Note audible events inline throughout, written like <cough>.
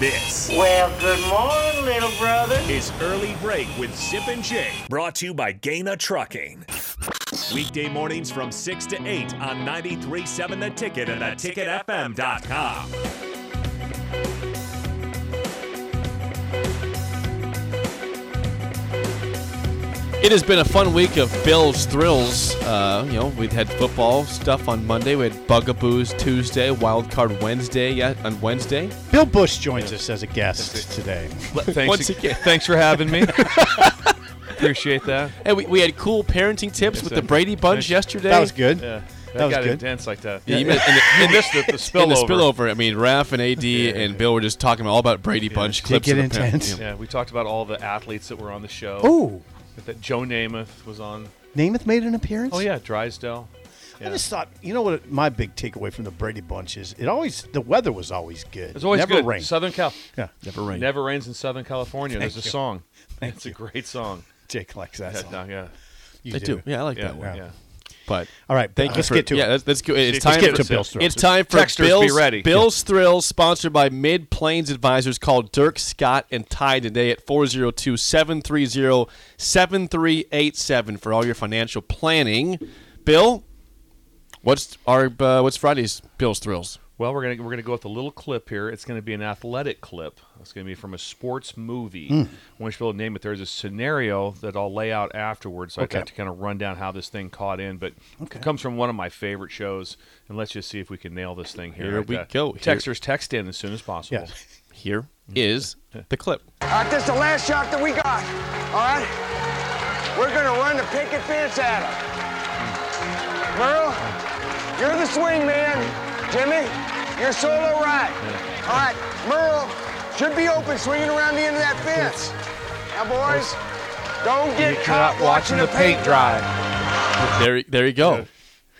This Well, good morning, little brother. is Early Break with Zip and Jay, brought to you by Gaina Trucking. Weekday mornings from 6 to 8 on 93.7 The Ticket and theticketfm.com. It has been a fun week of Bills thrills. Uh, you know, we've had football stuff on Monday. We had Bugaboos Tuesday, Wild Card Wednesday. Yeah, on Wednesday. Bill Bush joins us as a guest today. Thanks Once again. Thanks for having <laughs> me. Appreciate that. And we, we had cool parenting tips with the sir. Brady Bunch Nice. yesterday. That was good. Yeah. That, That was got good. intense like that. Yeah, you missed, and the, you missed the, the spillover. And the spillover. I mean, Raph and AD and Bill were just talking all about Brady Bunch clips. get of the parent- intense. yeah. Yeah, we talked about all the athletes that were on the show. Oh, That Joe Namath was on. Namath made an appearance. Oh, yeah, Drysdale. I just thought, you know what? My big takeaway from the Brady Bunch is it always the weather was always good. It's always never good. rained. Southern Cal. yeah, Never rained. Never rains in Southern California. There's a song. Thank it's you. a great song. Jake likes that. Yeah, song. no, yeah. You They do. Yeah, I like Yeah, that one. yeah. But All right, thank you. let's for- get to yeah, it. Let's, let's go. It's Let's time get for to Bill's thrills. It's time for Texters, be Bill's, ready. Bill's Thrills, sponsored by Mid Plains Advisors. Call Dirk, Scott, and Ty today at 402 730 7387 for all your financial planning. Bill, what's our uh, what's Friday's Bill's Thrills? Well, we're gonna we're gonna go with a little clip here. It's gonna be an athletic clip. It's gonna be from a sports movie. I want you to be able to name it. There's a scenario that I'll lay out afterwards. So Okay. I'd like to kind of run down how this thing caught in, but Okay. it comes from one of my favorite shows. And let's just see if we can nail this thing here. Here Like, we uh, go. Here- Texters, text in as soon as possible. Yeah. Here is the clip. All right, this is the last shot that we got. All right? We're gonna run the picket fence at him. Merle, you're the swing man. Jimmy, you're solo right. All right, Merle should be open swinging around the end of that fence. Now, boys, don't get caught watching the paint dry. There, there you go.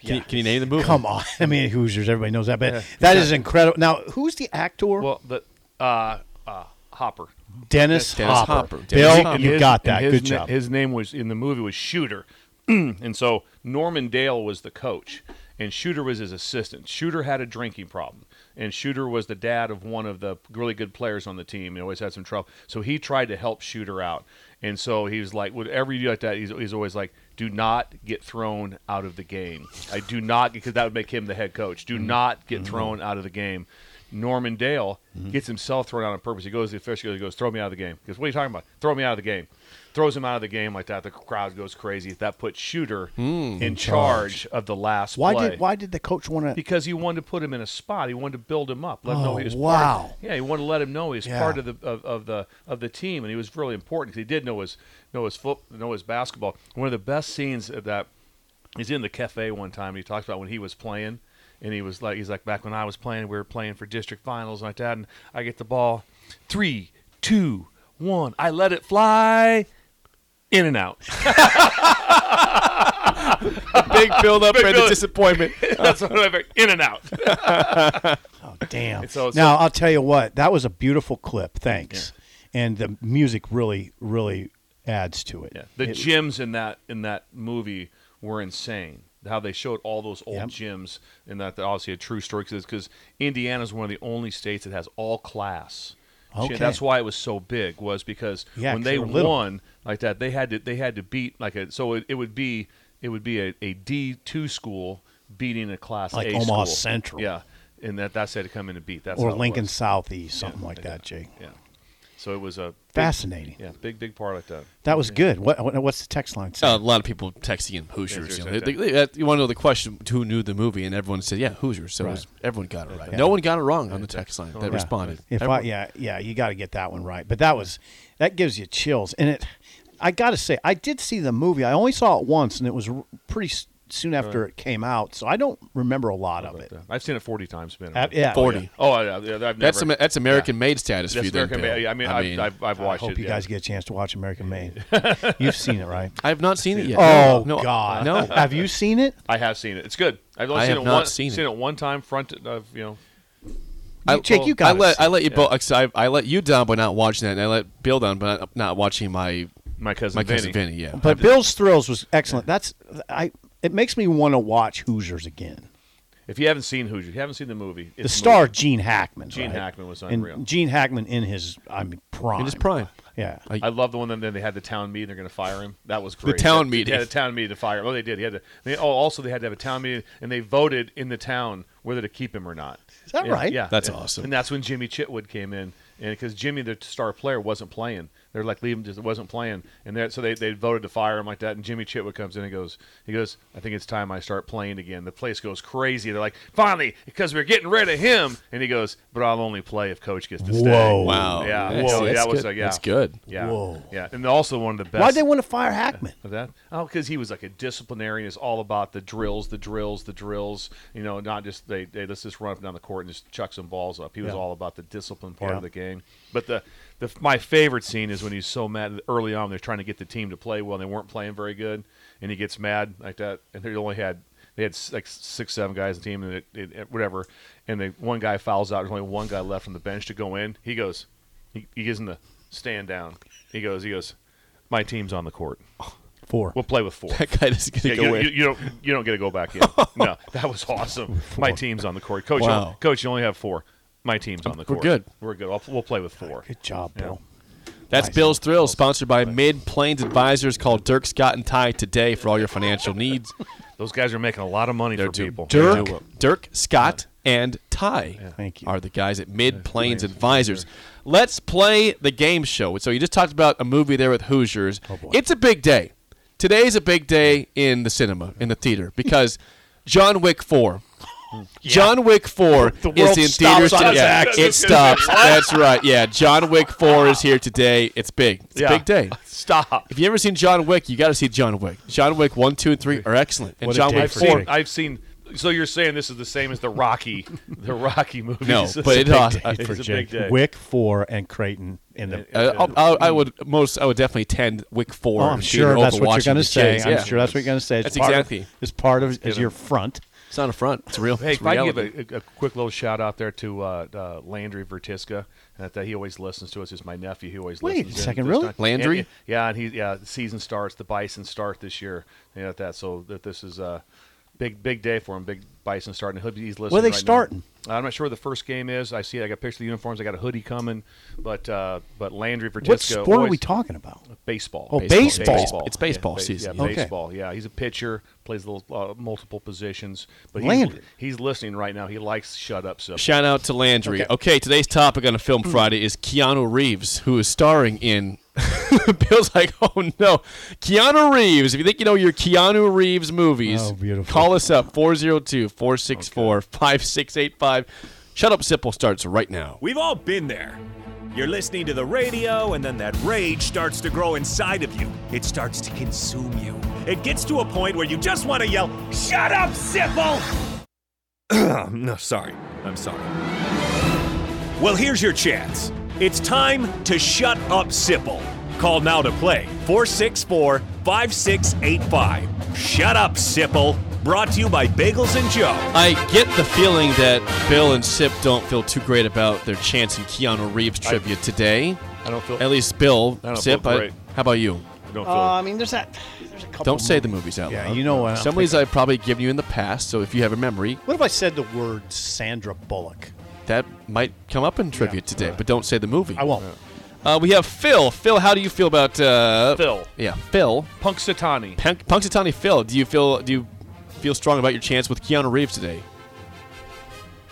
Can, you, can you name the movie? Come on. <laughs> I mean, Hoosiers, everybody knows that, but that is incredible. Now, who's the actor? Well, the uh, uh, Hopper. Dennis, Dennis Hopper. Hopper. Dennis Bill, Hopper. you His- got and that. His, Good na- job. His name was in the movie was Shooter, <clears throat> and so Norman Dale was the coach, and Shooter was his assistant. Shooter had a drinking problem, and Shooter was the dad of one of the really good players on the team. He always had some trouble, so he tried to help Shooter out, and so he was like, whatever you do like that, he's, he's always like. Do not get thrown out of the game. I do not because that would make him the head coach. Mm-hmm. Do not get thrown out of the game. Norman Dale Mm-hmm. gets himself thrown out on purpose. He goes to the official. He goes, "Throw me out of the game." Because what are you talking about? Throw me out of the game. Throws him out of the game like that. The crowd goes crazy. That puts Shooter in charge of the last Hmm. why play. did why did the coach want to? Because he wanted to put him in a spot. He wanted to build him up. Let him Oh, know he was Part wow. of, yeah, he wanted to let him know he was Yeah. part of the of, of the of the team, and he was really important because he did know his know his foot know his basketball. One of the best scenes of that he's in the cafe one time and he talks about when he was playing and he was like he's like back when i was playing we were playing for district finals and like that and i get the ball three two one i let it fly in and out <laughs> Big build up Big and the build- disappointment. that's what i in and out Oh, damn. It's all- now, I'll tell you what. That was a beautiful clip. Thanks. And the music really, really adds to it. yeah. the It- gyms in that in that movie were insane how they showed all those old Yep. gyms and that that obviously a true story because indiana's one of the only states that has all class Shit, Okay. that's why it was so big was because Yeah, when 'cause they they were little. won like that, they had to they had to beat like a so it, it would be it would be a, a D two school beating a class Like A Omaha school. Central. Yeah, and that that's had to come in to beat. That's or how it Lincoln was. Southeast, something like that, Jake. Yeah, so it was a big- Fascinating. yeah, big big part like that. That was good. What, what what's the text line? say? Uh, a lot of people texting in Hoosiers. Hoosiers, you, know, okay. They- they- uh, you want to know the question who knew the movie, and everyone said, "Yeah, Hoosiers." So it was, everyone got it right. No one got it wrong on the text line that Yeah. responded. If I, Everyone- yeah, yeah, you got to get that one right. But that was that gives you chills, and it. I got to say, I did see the movie. I only saw it once, and it was r- pretty s- soon after it came out, so I don't remember a lot of it. Yeah. uh, I've seen it forty times. Man. Uh, yeah, 40. Oh, yeah, yeah, I've never. that's Ama- that's American made status for That's you, then, American. Bill. Made. I mean, I I have I've, I've I watched hope it. you yeah. guys get a chance to watch American <laughs> Made. You've seen it, right? I have not seen it yet. Oh No, no, God, no. Have you seen it? I have seen it. It's good. I've only I seen have it not one, seen it. Seen it one time. Front of you know. I, Jake, you I gotta let see I let you both. 'cause I, I let you down by not watching that, and I let Bill down by not, not watching my My cousin my cousin Vinny. Vinny. Yeah, But Bill's Thrills was excellent. That's I. It makes me want to watch Hoosiers again. If you haven't seen Hoosier, if you haven't seen the movie, the it's star Gene Hackman. Gene right? Hackman was And unreal. Gene Hackman in his I mean prime. In his prime. Yeah. I love the one that then they had the town meeting. They're going to fire him. That was The great. town They- meeting. They had a town meeting to fire him. Oh, they did. He had to. They, oh, also they had to have a town meeting, and they voted in the town whether to keep him or not. Is that right? Yeah, That's And- awesome. And that's when Jimmy Chitwood came in, and because Jimmy, the star player, wasn't playing, they're like leave him just wasn't playing, and that so they, they voted to fire him like that. And Jimmy Chitwood comes in and goes, he goes, I think it's time I start playing again. The place goes crazy. They're like, finally, because we're getting rid of him, and he goes, but I'll only play if Coach gets to stay. Whoa. Wow. Yeah, That's- Whoa, that's that was good. a, yeah. That's good. <laughs> Yeah, Whoa. yeah, and also one of the best. Why'd they want to fire Hackman? of that? Oh, because he was like a disciplinarian. It's all about the drills, the drills, the drills. You know, not just they, they let's just run up and down the court and just chuck some balls up. He was Yeah. all about the discipline part Yeah. of the game. But the, the my favorite scene is when he's so mad early on. They're trying to get the team to play well. and They weren't playing very good, and he gets mad like that. And they only had they had s- like six, seven guys on the team, and it, it, it- whatever. And they one guy fouls out. There's only one guy left from the bench to go in. He goes, he, he gives him the stand down. He goes, he goes. My team's on the court. Four. We'll play with four. That guy doesn't get to Yeah, go you, in. you, you don't you don't get to go <laughs> back in. No, that was awesome. My team's on the court, coach. you- Wow. Coach, you only have four. My team's on the We're court. good. We're good. I'll, we'll play with four. Good job, Bill. That's Bill's Thrill, sponsored by Mid Plains Advisors. Call Dirk Scott and Ty today for all your financial needs. Those guys are making a lot of money for people. Dirk, Dirk Scott, and Ty. Thank you. Are the guys at Mid Plains Advisors. Let's play the game show. So you just talked about a movie there with Hoosiers. Oh, it's a big day. Today's a big day in the cinema, in the theater, because John Wick <laughs> Four. John Wick Four The is world in stops theaters on today. its Yeah, axis. it <laughs> stops. That's right. Yeah, John Wick Four is here today. It's big. It's Yeah. a big <laughs> day. Stop. If you ever seen John Wick, you got to see John Wick. John Wick one, two, and three are excellent, and What a John day Wick I've for four seen. I've seen. So you're saying this is the same as the Rocky, <laughs> the Rocky movies? No, <laughs> It's but a it big aw- day. I It's a big day. Wick four and Creighton in the. Uh, I'll- I'll- I would most. I would definitely attend Wick Four. Oh, I'm and sure theater that's over what you're watching going to with say. kids. I'm Yeah. sure that's what you're going to say. It's That's part of- exactly- It's part of as your front. It's not a front. It's real. Hey, it's if I can give reality. a, a, a quick little shout out there to uh, uh, Landry Vertiska, that, that he always listens to us. He's my nephew. He always Wait a listens. in second, this really? time. Landry? And- yeah, and he yeah. The season starts. The Bison start this year. You know like that. So that this is a big big day for him. Big Bison starting. He'll be- He's listening. Where are they right now. starting? I'm not sure where the first game is. I see. I got a picture of the uniforms. I got a hoodie coming. But uh, but Landry Vertiska. What sport are always- we talking about? Baseball. Oh, Baseball. baseball. It's baseball yeah, ba- season, Yeah, yeah. Okay. baseball. Yeah, he's a pitcher, plays little uh, multiple positions. But he's, Landry. he's listening right now. He likes shut up stuff. Shout out to Landry. Okay. Okay. Hmm. today's topic on a film Friday is Keanu Reeves, who is starring in. <laughs> Bill's like, oh no, Keanu Reeves. If you think you know your Keanu Reeves movies, Oh, beautiful. call us up 402-464-5685. Shut up, Sipple starts right now. We've all been there. You're listening to the radio, and then that rage starts to grow inside of you. It starts to consume you. It gets to a point where you just want to yell, Shut up, Sipple! <clears throat> no, sorry. I'm sorry. Well, here's your chance. It's time to shut up, Sipple. Call now to play 464 5685. Shut up, Sipple. Brought to you by Bagels and Joe. I get the feeling that Bill and Sip don't feel too great about their chance in Keanu Reeves trivia today. I don't feel. At least Bill, I don't Sip. feel I- great. how about you? I don't feel. Uh, I mean, there's that. There's a couple. Don't say the movies out Yeah, loud. you know what? Some of these I've probably given you in the past, so if you have a memory, What if I said the word Sandra Bullock? that might come up in trivia today. But don't say the movie. I won't. Uh, we have Phil. Phil, how do you feel about uh, Phil. Yeah, Phil. Punxsutawney. Punk- Punxsutawney Phil. Do you feel do you feel strong about your chance with Keanu Reeves today?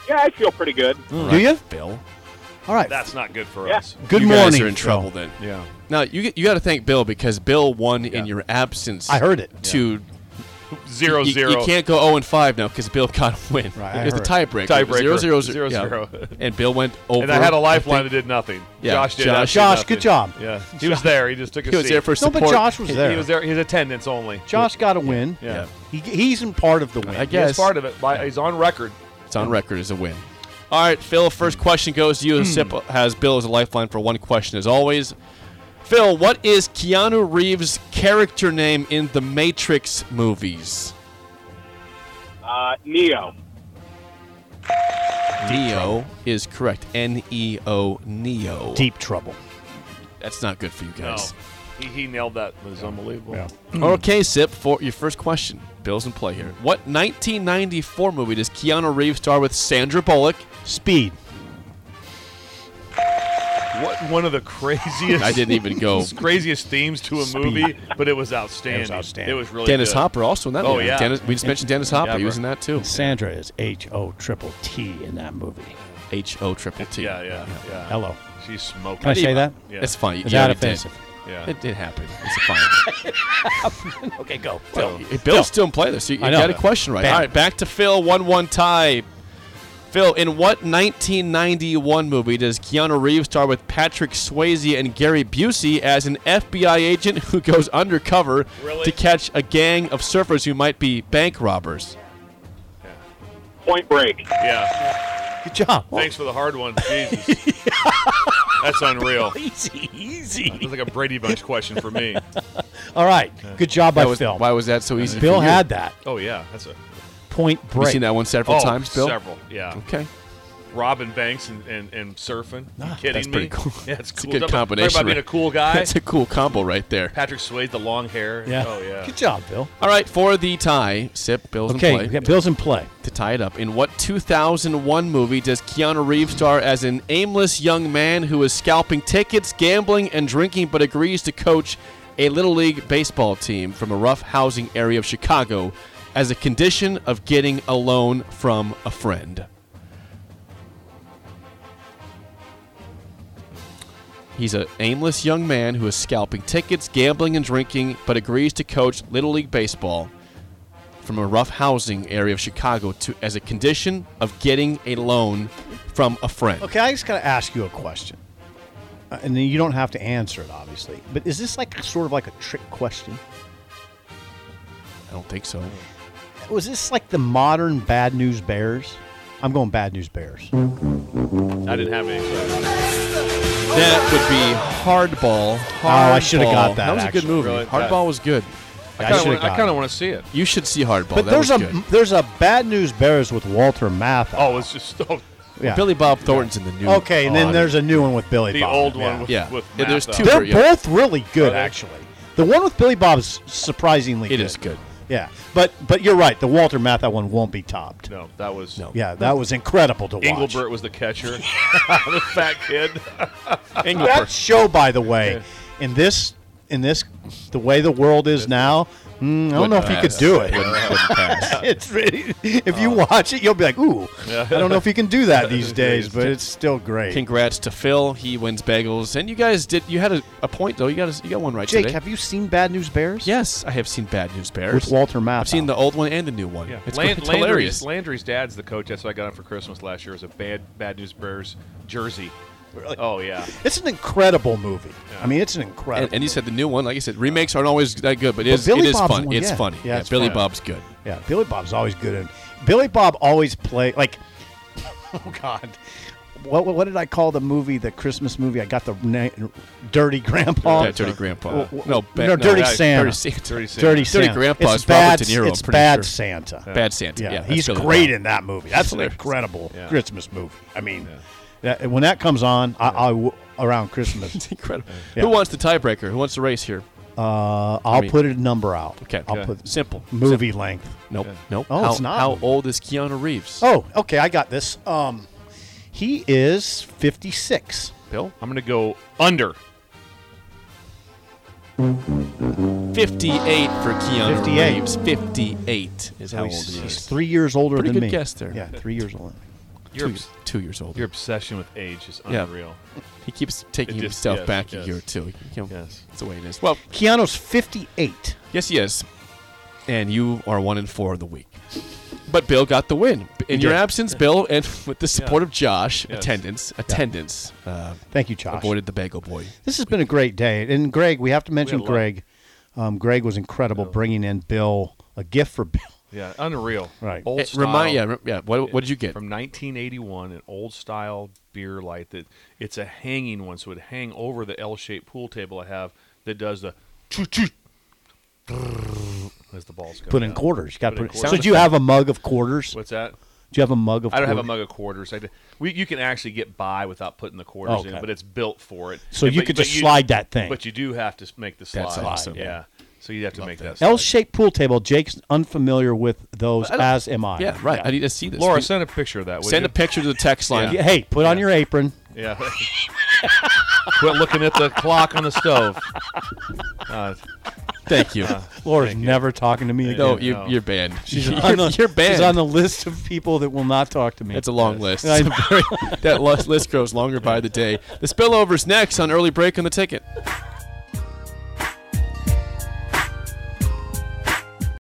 Yeah, I feel pretty good. Do you? Phil. All right. That's not good for Yeah. us. Good you morning. Guys are in Phil. trouble then. Yeah. Now you you got to thank Bill because Bill won in your absence. I heard it. To Zero you, zero. you can't go zero and five now because Bill <laughs> got a win. Right, I It's a heard. tiebreaker. Tiebreaker. Zero zero zero. Zero, yeah. zero. <laughs> And Bill went over. And I had a I lifeline that think did nothing. Yeah, Josh did. Josh- absolutely Josh, nothing. good job. Yeah, he was there. He just took <laughs> a He was seat. there for No, support. but Josh was there. He was there. His attendance only. Josh got a win. Yeah. He, he's in part of the win. I He was guess part of it. By, he's on record. it's on record as a win. All right, Phil. First question goes to you. Hmm. Sip has Bill as a lifeline for one question as always. Phil, what is Keanu Reeves' character name in the Matrix movies? Uh, Neo. Neo is correct. N E O Neo. Deep trouble. That's not good for you guys. He, he nailed that. It was unbelievable. Yeah. <clears throat> Okay, Sip, for your first question. Bill's in play here. What 1994 movie does Keanu Reeves star with Sandra Bullock? Speed. What one of the <laughs> craziest? I didn't even <laughs> go. craziest themes to a Speed. movie, but it was outstanding. It was outstanding. It was really Dennis good. Hopper also in that Oh, movie. yeah. Dennis, we just mentioned Dennis Hopper. He was in that too. Sandra is H O triple T in that movie. H O triple T. Yeah, yeah, yeah. Hello. She's smoking. Can I say that? Yeah. It's funny. Is yeah, that it did. offensive? Yeah. It did happen. It's <laughs> fine. Okay, go. Hey, Bill's still in play this. You, you I know. got a question right. Bam. All right, back to Phil. One-one tie. Phil, in what 1991 movie does Keanu Reeves star with Patrick Swayze and Gary Busey as an FBI agent who goes undercover Really? to catch a gang of surfers who might be bank robbers? Point Break. yeah. Good job. Thanks for the hard one. Jesus. <laughs> That's unreal. <laughs> Easy, That's easy. like a Brady Bunch question for me. All right. Good job by That was- Phil. Why was that so easy? Bill for you? had that Oh yeah, that's a point You break. seen that one several oh, times, Bill? Several. Yeah. Okay. Robbing banks and, and, and surfing. you kidding that's me? pretty cool. <laughs> Yeah, It's it's a cool. good Talk combination, About being right? a cool guy. That's a cool combo right there. Patrick Swayze, the long hair. Yeah. Oh yeah. Good job, Bill. All right, for the tie, sip Bill's Okay, in we play got Bill's in play. to tie it up. In what 2001 movie does Keanu Reeves star as an aimless young man who is scalping tickets, gambling, and drinking, but agrees to coach a little league baseball team from a rough housing area of Chicago as a condition of getting a loan from a friend? He's an aimless young man who is scalping tickets, gambling, and drinking, but agrees to coach Little League Baseball from a rough housing area of Chicago to, as a condition of getting a loan from a friend. Okay, I just got to ask you a question. Uh, and then you don't have to answer it, obviously. But is this like sort of like a trick question? I don't think so. Was this like the modern Bad News Bears? I'm going Bad News Bears. I didn't have any. so- That would be Hardball. Hardball. Oh, I should've got that, That was a good actually. movie. Really? Hardball was good. I kinda should've wanna- got I kind it. of want to see it. You should see Hardball. But that there's was a good. there's a Bad News Bears with Walter Matthau. Oh, it's just oh, yeah. Billy Bob Thornton's in the new. Okay, and then Oh, there's a new one with Billy the Bob. old yeah. one. With, Yeah. with Yeah, there's Matt, two. though. They're yeah. both really good, Are they? actually. The one with Billy Bob is surprisingly It good. is good. Yeah, but but you're right. The Walter Matthau one won't be topped. No, that was No. Yeah, that was incredible to watch. Engelbert was the <laughs> catcher, the fat kid. That show, by the way, in this in this the way the world is now, mm, I don't know if you could do it. <laughs> Wouldn't- Oh. wouldn't pass. It's really, if you watch it, you'll be like, ooh, I don't know if you can <laughs> do that these days, but it's still great. Congrats to Phil. He wins bagels, and you guys did. You had a, a point though. You got a, you got one right Jake, today. have you seen Bad News Bears? yes, I have seen Bad News Bears with Walter Matthau. I've seen the old one and the new one. It's, Lan- it's Landry's- hilarious. Landry's dad's the coach. That's what I got him for Christmas last year. It was a bad bad news Bears jersey. Oh yeah, It's an incredible movie. I mean, it's an incredible. and, and you said the new one. Like I said, remakes aren't always that good, but it is Billy it is Bob's fun. one, it's yeah. funny. Yeah, it's Billy fun. Bob's good. Yeah, Billy Bob's always good. And Billy Bob always play like, <laughs> oh God, what what did I call the movie? The Christmas movie? I got the na- Dirty Grandpa. Yeah, Dirty Grandpa. Well, well, no, ba- no, Dirty yeah, Santa. Dirty Santa. Dirty Santa. Dirty Santa. Grandpa It's is Robert bad, De Niro, It's I'm pretty bad sure. Santa. Bad Santa. Yeah, that's he's Billy great Bob. in that movie. That's an Hilarious. incredible Yeah. Christmas movie. I mean, that, when that comes on, I, I w- around Christmas, <laughs> It's <laughs> incredible. Yeah. Who wants the tiebreaker? Who wants the race here? uh, I'll mean- put a number out. Okay. I'll Okay. put Simple. movie length. Nope. Nope. Oh, how, it's not. How old is Keanu Reeves? Oh, okay, I got this. Um, he is fifty six. Bill, I'm gonna go under. 58 for Keanu 58. Reeves. 58 is how old he's, he he's is. three years older Pretty than good me. guess there. Yeah, three years older. than me. Your, two, years- two years old. your obsession with age is Yeah. unreal. He keeps taking It just- himself yes, back yes. a year or two. You know, Yes. That's the way it is. Well, Keanu's fifty-eight. yes, he is. And you are one and four of the week. <laughs> But Bill got the win. In your did. absence, Bill, and <laughs> with the support of Josh, Yes. attendance, attendance, uh, Thank you, Josh. avoided the bagel boy. This has been a great day. And Greg, we have to mention a lot. Greg. Um, Greg was incredible bringing in Bill a gift for Bill. <laughs> Yeah, unreal. Right. Old Eh, style. remind, yeah, re- yeah. What, what did you get? From 1981, an old style beer light that it's a hanging one, so it would hang over the L-shaped pool table I have that does the choo-choo as the balls go. Put in down. quarters. You got Put in put, quarters. did you have a mug of quarters? What's that? Do you have a mug of? I don't have a quarters? mug of quarters. I d we, you can actually get by without putting the quarters in, Okay. but it's built for it. So And- you but- could but just slide that thing. But you do have to s- make the slide. That's awesome. Yeah. So you have to make that. slide. L-shaped pool table. Jake's unfamiliar with those, as am I. Yeah, right. I need to see this. Laura, You- send a picture of that. would send you? a picture to the text line. Yeah, Hey, put on your apron. Yeah. <laughs> Quit looking at the clock on <laughs> the stove. <laughs> Uh, Thank you. Laura's never talking to me again. no, you, No. you're banned. <laughs> She's you're, on the, you're banned. She's on the list of people that will not talk to me. That's a long list. <laughs> I that list list grows longer by the day. The spillover's next on early break on the ticket.